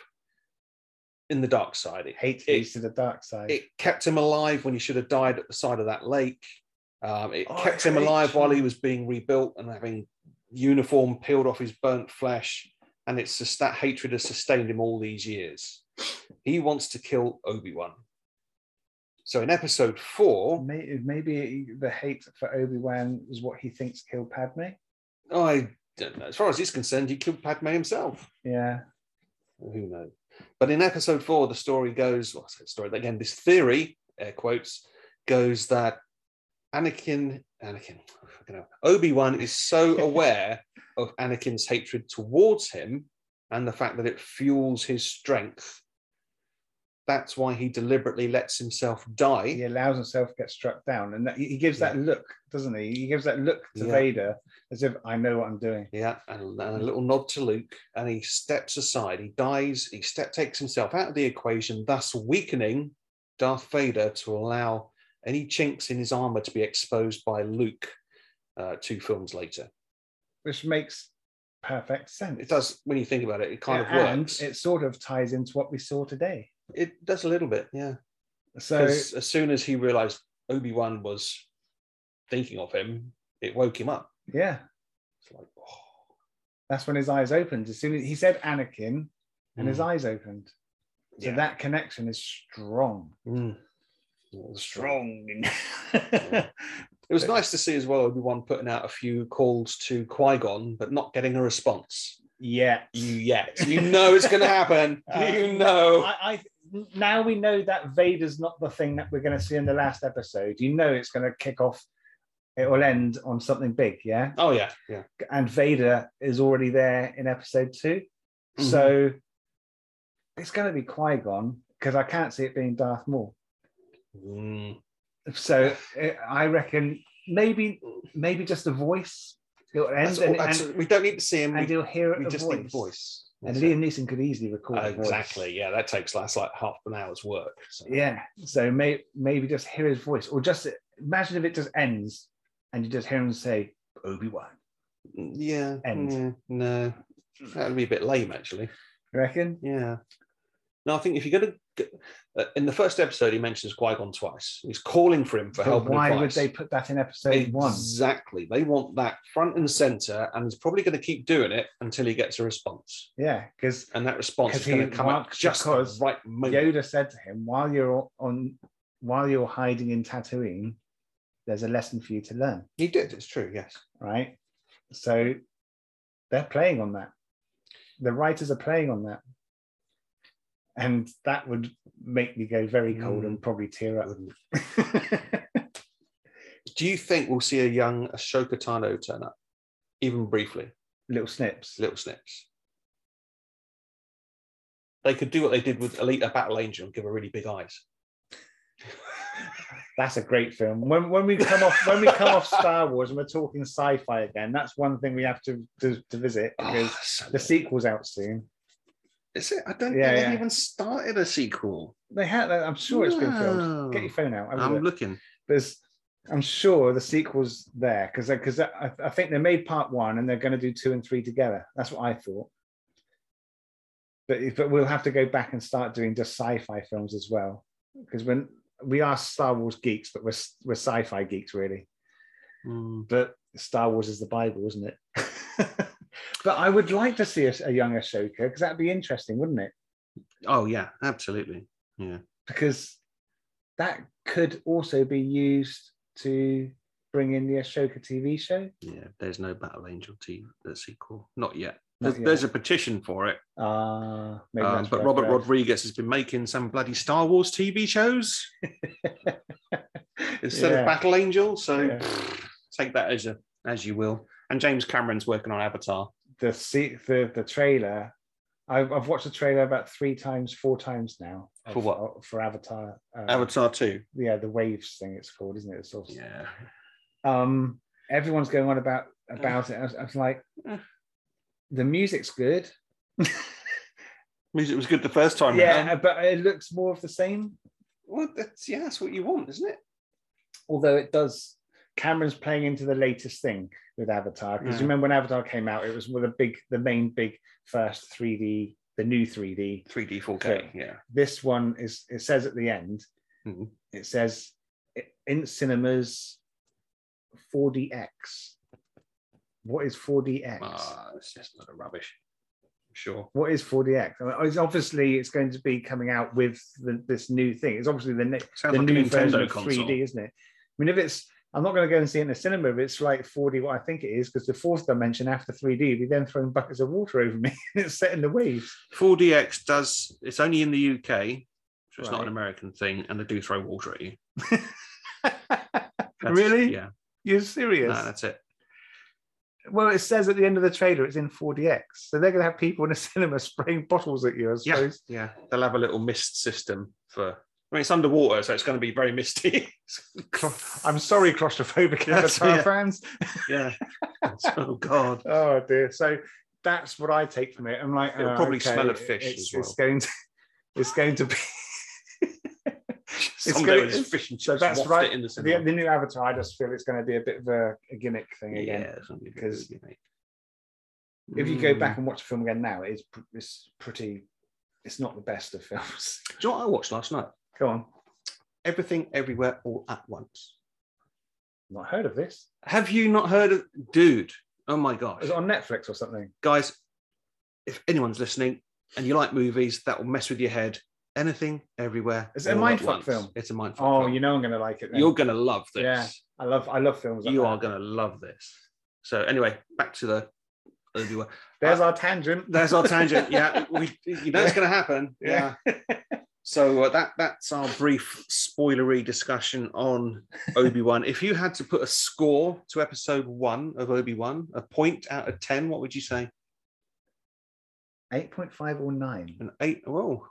A: in the dark side. It,
B: Hate
A: it-
B: leads to the dark side.
A: it kept him alive when he should have died at the side of that lake. Um, it
B: Oh,
A: kept him
B: that's
A: alive
B: true.
A: while he was being rebuilt and having uniform peeled off his burnt flesh. And it's just that hatred has sustained him all these years. He wants to kill Obi Wan. So in episode four,
B: May- Maybe the hate for Obi Wan is what he thinks killed Padme.
A: I don't know. As far as he's concerned, he killed Padme himself.
B: Yeah,
A: Who knows? But in episode four, the story goes. Well, I say story again. This theory, air quotes, goes that Anakin, Anakin, Obi Wan is so aware of Anakin's hatred towards him and the fact that it fuels his strength. That's why he deliberately lets himself die.
B: he allows himself to get struck down, and that, he he gives that look, doesn't he? He gives that look to
A: Yeah.
B: Vader as if I know what I'm doing.
A: Yeah, and, and
B: Mm-hmm.
A: a little nod to Luke, and he steps aside. He dies. He step takes himself out of the equation, thus weakening Darth Vader to allow any chinks in his armor to be exposed by Luke. Uh, two films later,
B: which makes perfect sense.
A: it does. When you think about it, it kind
B: Yeah,
A: of
B: and
A: works. It,
B: It sort of ties into what we saw today.
A: does a little bit, yeah.
B: So
A: Because as soon as he realized Obi Wan was thinking of him, it woke him up.
B: yeah,
A: It's like, oh,
B: that's when his eyes opened. As soon as he said Anakin, and his
A: mm,
B: eyes opened. So
A: yeah.
B: that connection is strong.
A: Mm. It was
B: yeah.
A: It was
B: But-
A: nice to see as well Obi Wan putting out a few calls to Qui Gon, but not getting a response. You yet. You know it's going to happen.
B: Uh,
A: you know.
B: I, I now we know that Vader's not the thing that we're going to see in the last episode. You know it's going to kick off. It will end on something big, yeah.
A: Oh yeah, yeah.
B: And Vader is already there in episode two.
A: Mm-hmm.
B: So it's going to be Qui Gon because I can't see it being Darth Maul.
A: Mhm.
B: So it, I reckon maybe maybe just a voice. It'll end
A: That's all-
B: and,
A: that's-
B: and,
A: we don't need to see him.
B: and
A: We,
B: you'll hear
A: we
B: a
A: just
B: voice.
A: need voice.
B: And
A: That's it.
B: Liam Neeson could easily record a voice.
A: exactly. Yeah, that takes that's like half an hour's work. So.
B: Yeah. So may, maybe just hear his voice, or just imagine if it just ends and you just hear him say Obi Wan.
A: Yeah.
B: End.
A: yeah, no, that would be a bit lame actually.
B: You reckon?
A: Yeah. No, I think if you're going to, uh, in the first episode, he mentions Qui Gon twice. He's calling for him for
B: But
A: help. and
B: why would
A: advice.
B: they put that in episode one?
A: Exactly. They want that front and center, and he's probably going to keep doing it until he gets a response.
B: Yeah, because
A: And that response is
B: Because he
A: going to come up
B: marked
A: just
B: because
A: right moment.
B: Yoda said to him, "While you're on, while you're hiding in Tatooine, there's a lesson for you to learn."
A: He did. It's true. Yes.
B: Right. So they're playing on that. The writers are playing on that, and that would make me go very cold
A: Mm.
B: and probably tear up.
A: Wouldn't it? Do you think we'll see a young Ashoka Tano turn up, even briefly,
B: Little snips.
A: little snips? They could do what they did with Elite a Battle Angel and give her really big eyes.
B: That's a great film. When, when we come off when we come off Star Wars and we're talking sci-fi again, that's one thing we have to to, to visit
A: Oh,
B: because
A: so
B: the
A: good.
B: sequel's out soon.
A: Is it? I don't.
B: Yeah,
A: Yeah, they haven't
B: yeah.
A: even started a sequel.
B: They had. I'm sure it's been filmed. Get
A: No.
B: your phone out. have a
A: Hmm. I'm
B: look.
A: looking.
B: there's I'm sure the sequel's there because because I, I think they made part one and they're going to do two and three together. That's what I thought. But but we'll have to go back and start doing just sci-fi films as well. because when we are Star Wars geeks, but we're we're sci-fi geeks really.
A: Mm.
B: But Star Wars is the Bible, isn't it? but I would like to see a, a young Ahsoka because that'd be interesting, wouldn't it?
A: Oh yeah, absolutely.
B: Because that could also be used to bring in the Ashoka TV show.
A: Yeah, there's no Battle Angel T the sequel, not yet.
B: Not
A: There's, there's a petition for it,
B: Ah, maybe
A: um,
B: that's
A: but
B: what
A: Robert
B: I've read.
A: Rodriguez has been making some bloody Star Wars TV shows instead
B: Yeah.
A: of Battle Angel. So
B: Yeah.
A: pfft, take that as a, as you will. And James Cameron's working on Avatar.
B: the se- the the trailer. I've, I've watched the trailer about three times, four times now.
A: For what?
B: Of- For Avatar. uh,
A: Avatar two.
B: Yeah, the waves thing. It's called, isn't it? It's sort of-
A: Yeah.
B: Um, everyone's going on about about it. I was, I was like,
A: Yeah.
B: the music's good.
A: Music was good the first time.
B: yeah,
A: round.
B: but it looks more of the same.
A: Well, that's yeah, that's what you want, isn't it?
B: Although it does. Cameron's playing into the latest thing with Avatar because
A: Yeah.
B: you remember when Avatar came out, it was one of the big, the main big first 3D, the new 3D
A: 3D 4K. Yeah.
B: this one is it says at the end
A: Mhm.
B: it says i- in cinemas 4dx what is 4dx
A: Ah, it's just a lot of rubbish. Sure.
B: what is 4dx I mean, it's obviously it's going to be coming out with the, this new thing it's obviously the, ne-
A: Sounds
B: the
A: like a
B: new version
A: Nintendo
B: of
A: console.
B: 3d isn't it i mean if it's i'm not going to go and see it in the cinema if it's like 4d what i think it is because the fourth dimension after 3d would be then throwing buckets of water over me and it's set in the waves
A: 4DX does. It's only in the UK, so it's
B: Right.
A: not an American thing, and they do throw water at you. That's-
B: really
A: Yeah.
B: you're serious
A: No, that's it.
B: Well, it says at the end of the trailer it's in 4DX. So they're going to have people in a cinema spraying bottles at you, I
A: Yeah.
B: suppose.
A: Yeah. They'll have a little mist system for. I mean, it's underwater, so it's going to be very misty.
B: Cla- I'm sorry, claustrophobic
A: Yes,
B: Avatar
A: yeah.
B: fans.
A: yeah. oh God.
B: Oh, dear. So that's what I take from it. I'm like,
A: It'll
B: oh,
A: probably
B: okay,
A: smell of fish
B: It's,
A: as well.
B: it's going to, it's going to be. It's
A: Someday
B: going-
A: there's fish and chips.
B: so that's
A: waft
B: right.
A: It in the
B: the,
A: cinema.
B: the new Avatar, I just feel it's going to be a bit of a, a gimmick thing again.
A: Yeah, it's gonna be a bit
B: because
A: good, mate.
B: If you go
A: Mm.
B: back and watch the film again now, it's, pr- it's pretty, it's not the best of films.
A: Do you know what I watched last night?
B: Go on.
A: Everything, everywhere, all at once.
B: Not heard of this.
A: Have you not heard of, dude? Oh my gosh,
B: Is it on Netflix or something?
A: guys! If anyone's listening and you like movies that will mess with your head, anything, everywhere.
B: Is it a
A: all at
B: mindfuck
A: once.
B: film?
A: It's a mindfuck.
B: Oh,
A: film.
B: you know I'm going to like it. Then.
A: you're gonna love this.
B: Yeah. I love I love films. Like
A: You
B: that.
A: are gonna love this. So anyway, back to the everywhere.
B: There's our tangent.
A: There's our tangent. Yeah, we, you know it's going to happen.
B: Yeah.
A: Yeah. So uh, that that's our brief spoilery discussion on Obi Wan. If you had to put a score to episode one of Obi Wan, a point out of ten, what would you say?
B: Eight point five or nine.
A: An eight. Oh,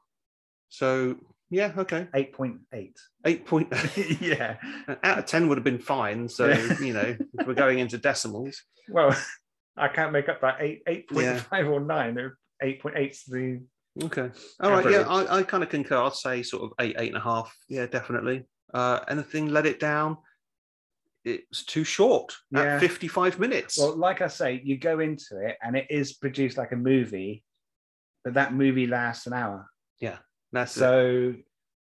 A: so yeah, okay,
B: Eight point eight.
A: eight point
B: yeah.
A: out of ten would have been fine. So
B: Yeah.
A: you know, if we're going into decimals.
B: Well, I can't make up that eight eight point five or nine. Eight point eight's the
A: Okay. All right. Yeah,
B: Average.
A: I, I kind of concur. I'd say sort of eight, eight and a half. Yeah, definitely. Uh, anything let it down. It's too short
B: Yeah.
A: at 55 minutes.
B: well, like I say, you go into it and it is produced like a movie, but that movie lasts an hour.
A: That's it.
B: So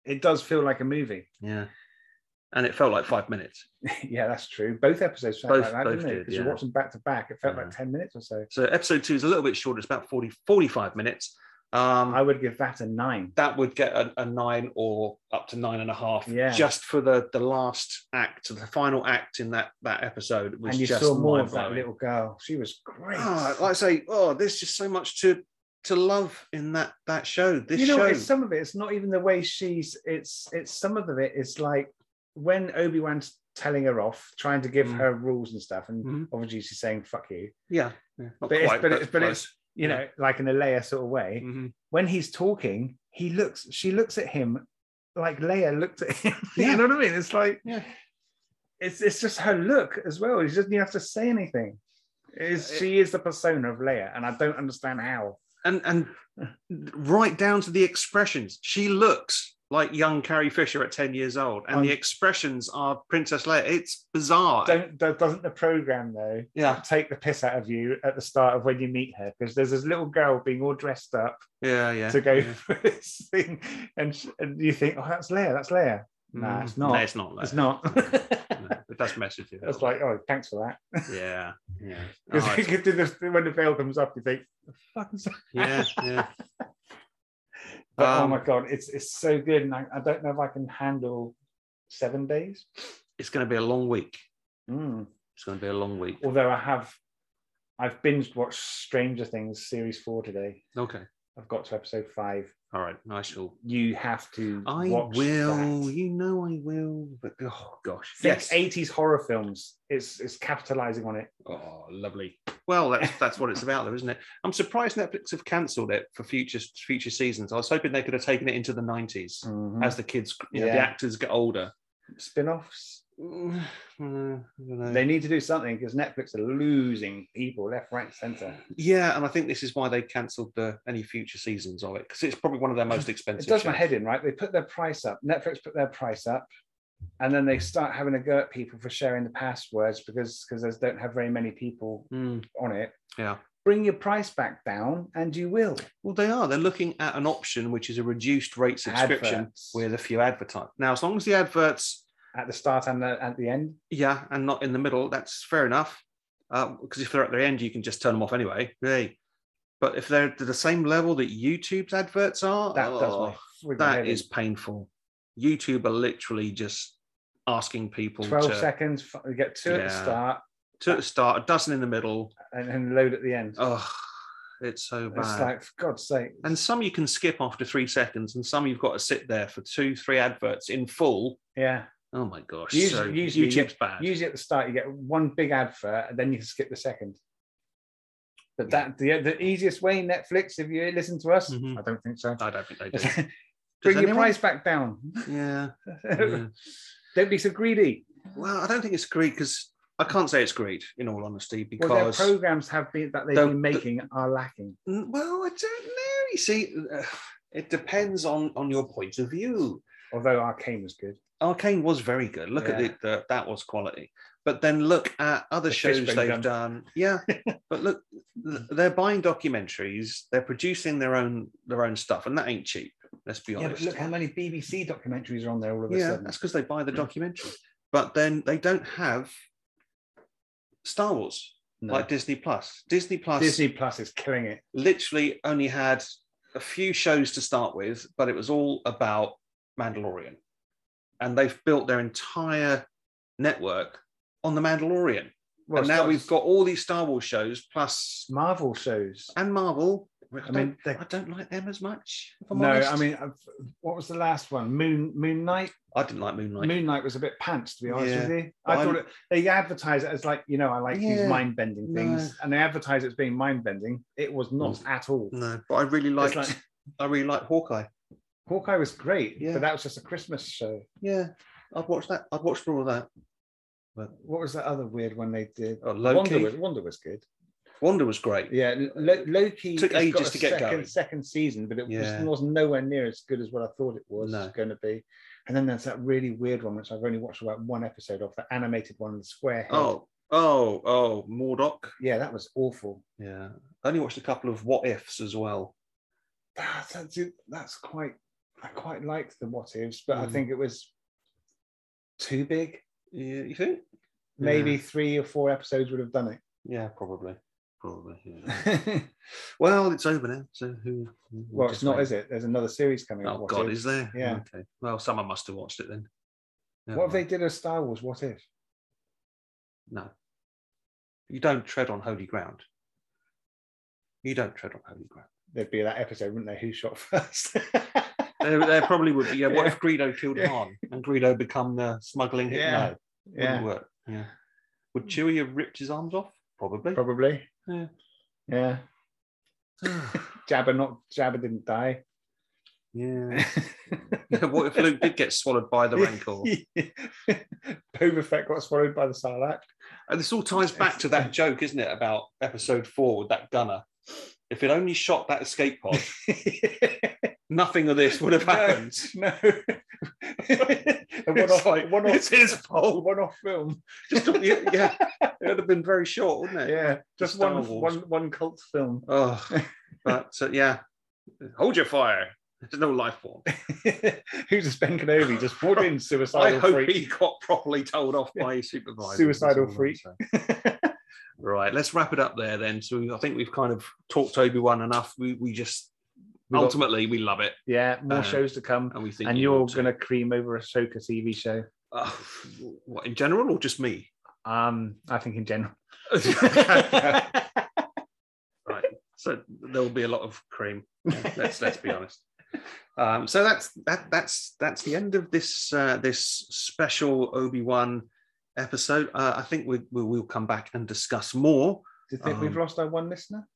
B: it does feel like a movie.
A: Yeah. And it felt like five minutes.
B: yeah, that's true. Both episodes felt
A: Both-
B: like that,
A: both
B: didn't it?
A: did,
B: Because you
A: yeah.
B: watch them back to back. It felt
A: Yeah.
B: like ten minutes or so.
A: So episode two is a little bit shorter. It's about 40, 45 minutes. Um,
B: I would give that a nine.
A: that would get a, a nine or up to nine and a half
B: Yeah.
A: just for the, the last act, the final act in that, that episode was
B: and you
A: just
B: saw more of that
A: mind-blowing.
B: little girl. She was great.
A: Ah, like I say, oh, there's just so much to to love in that that show. This
B: you know,
A: show,
B: it's some of it. It's not even the way she's. It's it's some of it is like when Obi Wan's telling her off, trying to give
A: Mm.
B: her rules and stuff, and
A: Mhm.
B: obviously she's saying "fuck you,"
A: yeah, yeah, not
B: but it's-
A: quite,
B: but
A: but
B: it's- but it's- Mm-hmm.
A: close.
B: you
A: Yeah.
B: know, like in a Leia sort of way.
A: Mhm.
B: When he's talking, he looks. She looks at him like Leia looked at him.
A: Yeah.
B: you know what I mean? It's like
A: Yeah.
B: it's it's just her look as well. She doesn't even have to say anything. Is
A: It-
B: she is the persona of Leia, and I don't understand how.
A: and and right down to the expressions. She looks like young Carrie Fisher at 10 years old, and
B: I'm-
A: the expressions are Princess Leia. It's bizarre.
B: Um, Don't that doesn't the program though
A: yeah,
B: take the piss out of you at the start of when you meet her because there's this little girl being all dressed up
A: yeah, yeah.
B: to go
A: yeah.
B: for this thing, and, sh- and you think, oh, that's Leia, that's Leia. Nah,
A: Mm.
B: it's not.
A: No, it's not.
B: It's
A: no.
B: not.
A: No, it does mess with you.
B: It's like, oh, thanks for that.
A: yeah, yeah. Oh,
B: Because
A: it's-
B: when the veil comes up, you think, the fuck is that?
A: yeah, yeah.
B: But, oh
A: Um,
B: my god, it's it's so good, and I, I don't know if I can handle seven days.
A: It's going to be a long week.
B: Mm.
A: It's going to be a long week.
B: Although I have, I've binge watched Stranger Things series four today.
A: Okay.
B: I've got to episode five.
A: All right. I shall.
B: You have to.
A: I
B: watch
A: will.
B: that.
A: You know I will. But oh gosh.
B: Think 80s horror films. It's it's capitalizing on it.
A: Oh, lovely. Well, that's that's what it's about, though, isn't it? I'm surprised Netflix have cancelled it for future future seasons. I was hoping they could have taken it into the 90s as the kids, you know, the
B: Mm. Yeah.
A: actors get older.
B: Spin-offs.
A: Mm, I dunno.
B: They need to do something because Netflix are losing people left, right, and center.
A: yeah, and I think this is why they cancelled the any future seasons of it because it's probably one of their most expensive.
B: It does my
A: shows.
B: head in, right? They put their price up. Netflix put their price up, and then they start having a go at people for sharing the passwords because because they don't have very many people
A: Mm.
B: on it.
A: Yeah.
B: Bring your price back down, and you will.
A: Well, they are. They're looking at an option which is a reduced rate subscription
B: Adverts
A: with a few advertise. Now, as long as the adverts
B: at the start and the, at the end.
A: Yeah, and not in the middle. That's fair enough. Because if they're at the end, you can just turn them off anyway. Hey. But if they're to the same level that YouTube's adverts are,
B: That does my
A: oh,
B: friggin'
A: that
B: head
A: is painful. YouTube are literally just asking people
B: in. twelve
A: to,
B: seconds. f- You get two at the
A: Yeah.
B: start
A: to start a dozen in the middle.
B: and, and load at the end.
A: Oh, it's so bad.
B: it's like for God's sake.
A: and some you can skip after three seconds, and some you've got to sit there for two, three adverts in full.
B: yeah.
A: Oh my gosh!
B: Usu-
A: so
B: usually you
A: YouTube's
B: get-
A: bad.
B: Usually at the start, you get one big advert and then you skip the second. But that the, the easiest way, Netflix, if you listen to us,
A: Mhm.
B: I don't think so.
A: I don't think they do. Does
B: Bring your
A: anyone- Mm-hmm.
B: price back down.
A: Yeah. yeah.
B: don't be so greedy.
A: Well, I don't think it's greed because I can't say it's greed in all honesty
B: Well, their
A: because well,
B: programs have been that they've
A: Don't-
B: been making are lacking.
A: I don't know. You see, uh, it depends on on your point of view.
B: Although Arcane was good.
A: Arcane was very good. Look at
B: Yeah.
A: it; uh, that was quality. But then look at other
B: The
A: shows
B: Fishbone
A: they've done. Yeah, but look, th- they're buying documentaries. They're producing their own their own stuff, and that ain't cheap. Let's be
B: Yeah,
A: honest.
B: but look how many BBC documentaries are on there all of a
A: yeah,
B: sudden.
A: that's because they buy the
B: Mm.
A: documentary. But then they don't have Star Wars.
B: No.
A: like Disney Plus. Disney Plus
B: Disney Plus is killing it.
A: literally only had a few shows to start with, but it was all about Mandalorian. And they've built their entire network on the Mandalorian.
B: Well,
A: and now
B: Star-
A: we've got all these Star Wars shows plus
B: Marvel shows.
A: and Marvel. I,
B: I mean,
A: mean,
B: they-
A: I don't like them as much. If I'm
B: No,
A: honest.
B: I mean, I've, what was the last one? Moon Moon Knight.
A: I didn't like Moonlight.
B: Moon Knight was a bit pants, to be honest
A: Yeah.
B: with you. I
A: I'm-
B: thought it, they advertise it as like, you know, I like these
A: Yeah.
B: mind bending
A: No.
B: things, and they advertise it as being mind bending. It was not at all.
A: no, but I really liked.
B: It's like
A: I really liked Hawkeye.
B: Hawkeye was great,
A: Yeah.
B: but that was just a Christmas show.
A: Yeah, I'd watch that. I'd watch all of that.
B: What was that other weird one they did?
A: Oh,
B: Wonder
A: Loki.
B: was, Wonder was good.
A: Wonder was great.
B: Yeah, Lo- Loki
A: Took
B: has got
A: ages
B: a
A: to get
B: second,
A: going.
B: Second season, but it
A: Yeah.
B: was, was nowhere near as good as what I thought it was
A: No.
B: going to be. And then there's that really weird one, which I've only watched about one episode of, the animated one, the square head.
A: Oh, oh, oh, Mordock.
B: yeah, that was awful.
A: Yeah. I only watched a couple of what ifs as well.
B: that's that's, it. that's quite I quite liked the what ifs, but I
A: Mm.
B: think it was too big.
A: Yeah, you think?
B: Maybe three or four episodes would have done
A: Yeah, probably. Probably. Yeah.
B: it.
A: well, it's over now. So who?
B: well, it's not, is it? There's another series coming.
A: Oh,
B: what
A: God,
B: if.
A: is there?
B: Yeah.
A: Okay. Well, someone must have watched it then. Never
B: what if they
A: mind.
B: did a Star Wars What If?
A: No. You don't tread on holy ground. You don't tread on holy ground.
B: There'd be that episode, wouldn't there? Who shot first?
A: There, there probably would be. Yeah, what
B: Yeah.
A: if Greedo killed
B: Yeah.
A: Han and Greedo become the smuggling hit?
B: Yeah.
A: No, wouldn't
B: yeah,
A: work. Yeah. Would Chewie have ripped his arms off? Probably.
B: probably.
A: Yeah.
B: Yeah. Jabba not Jabba didn't die.
A: yeah. Yeah, what if Luke did get swallowed by the Rancor?
B: Boba Fett got swallowed by the Sarlacc.
A: And this all ties back to that joke, isn't it, about episode four with that gunner? If it only shot that escape pod, nothing of this would have happened.
B: No. a one-off,
A: It's like,
B: one-off,
A: it's his
B: a
A: fault.
B: one-off film.
A: Just, yeah, yeah, it would have been very short, wouldn't it?
B: Yeah, just
A: Star
B: one,
A: Wars.
B: one, one cult film.
A: Oh, but uh, yeah, hold your fire. There's no life form.
B: Who's just Ben Kenobi? Just brought in
A: I
B: suicidal
A: hope
B: freak.
A: he got properly told off by his supervisor.
B: Suicidal
A: That's all I'm
B: freak.
A: saying. Right, let's wrap it up there then. So I think we've kind of talked Obi Wan enough. We we just
B: We got-
A: ultimately we love it,
B: yeah, more
A: Uh,
B: shows to come.
A: and we think
B: And
A: you
B: you're
A: ought to.
B: going to cream over a Ahsoka TV show.
A: Uh, what in general or just me?
B: Um, I think in general.
A: so there will be a lot of cream. Let's let's be honest. Um, so that's that that's that's the end of this uh, this special Obi Wan episode. Uh, I think we, we will come back and discuss more.
B: Do you think we've
A: Um,
B: lost our one listener?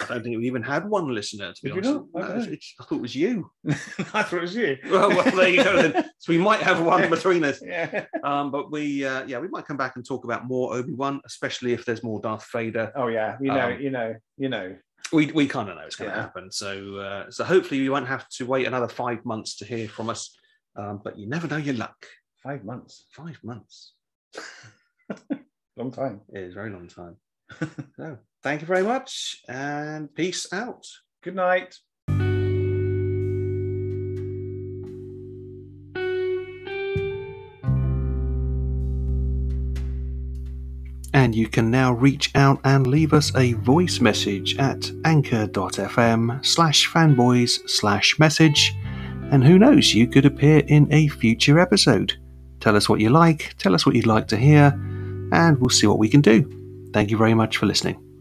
A: I don't think we even had one listener to be
B: Did
A: honest.
B: you not?
A: No,
B: Okay.
A: it's- I thought it was you.
B: I thought it was you.
A: Well, well, there you go then. So we might have one between us.
B: yeah.
A: Um, but we uh, yeah we might come back and talk about more Obi Wan, especially if there's more Darth Vader.
B: Oh yeah, you know,
A: Um,
B: you know, you know.
A: we we kind of know it's going to
B: Yeah.
A: happen. So uh, so hopefully you won't have to wait another five months to hear from us. Um, but you never know your luck.
B: Five months,
A: Five months
B: long time.
A: is a very long time. so thank you very much and peace out.
B: Good night.
A: And you can now reach out and leave us a voice message at anchor.fm slash fanboys slash message. And who knows, you could appear in a future episode. Tell us what you like, tell us what you'd like to hear, and we'll see what we can do. Thank you very much for listening.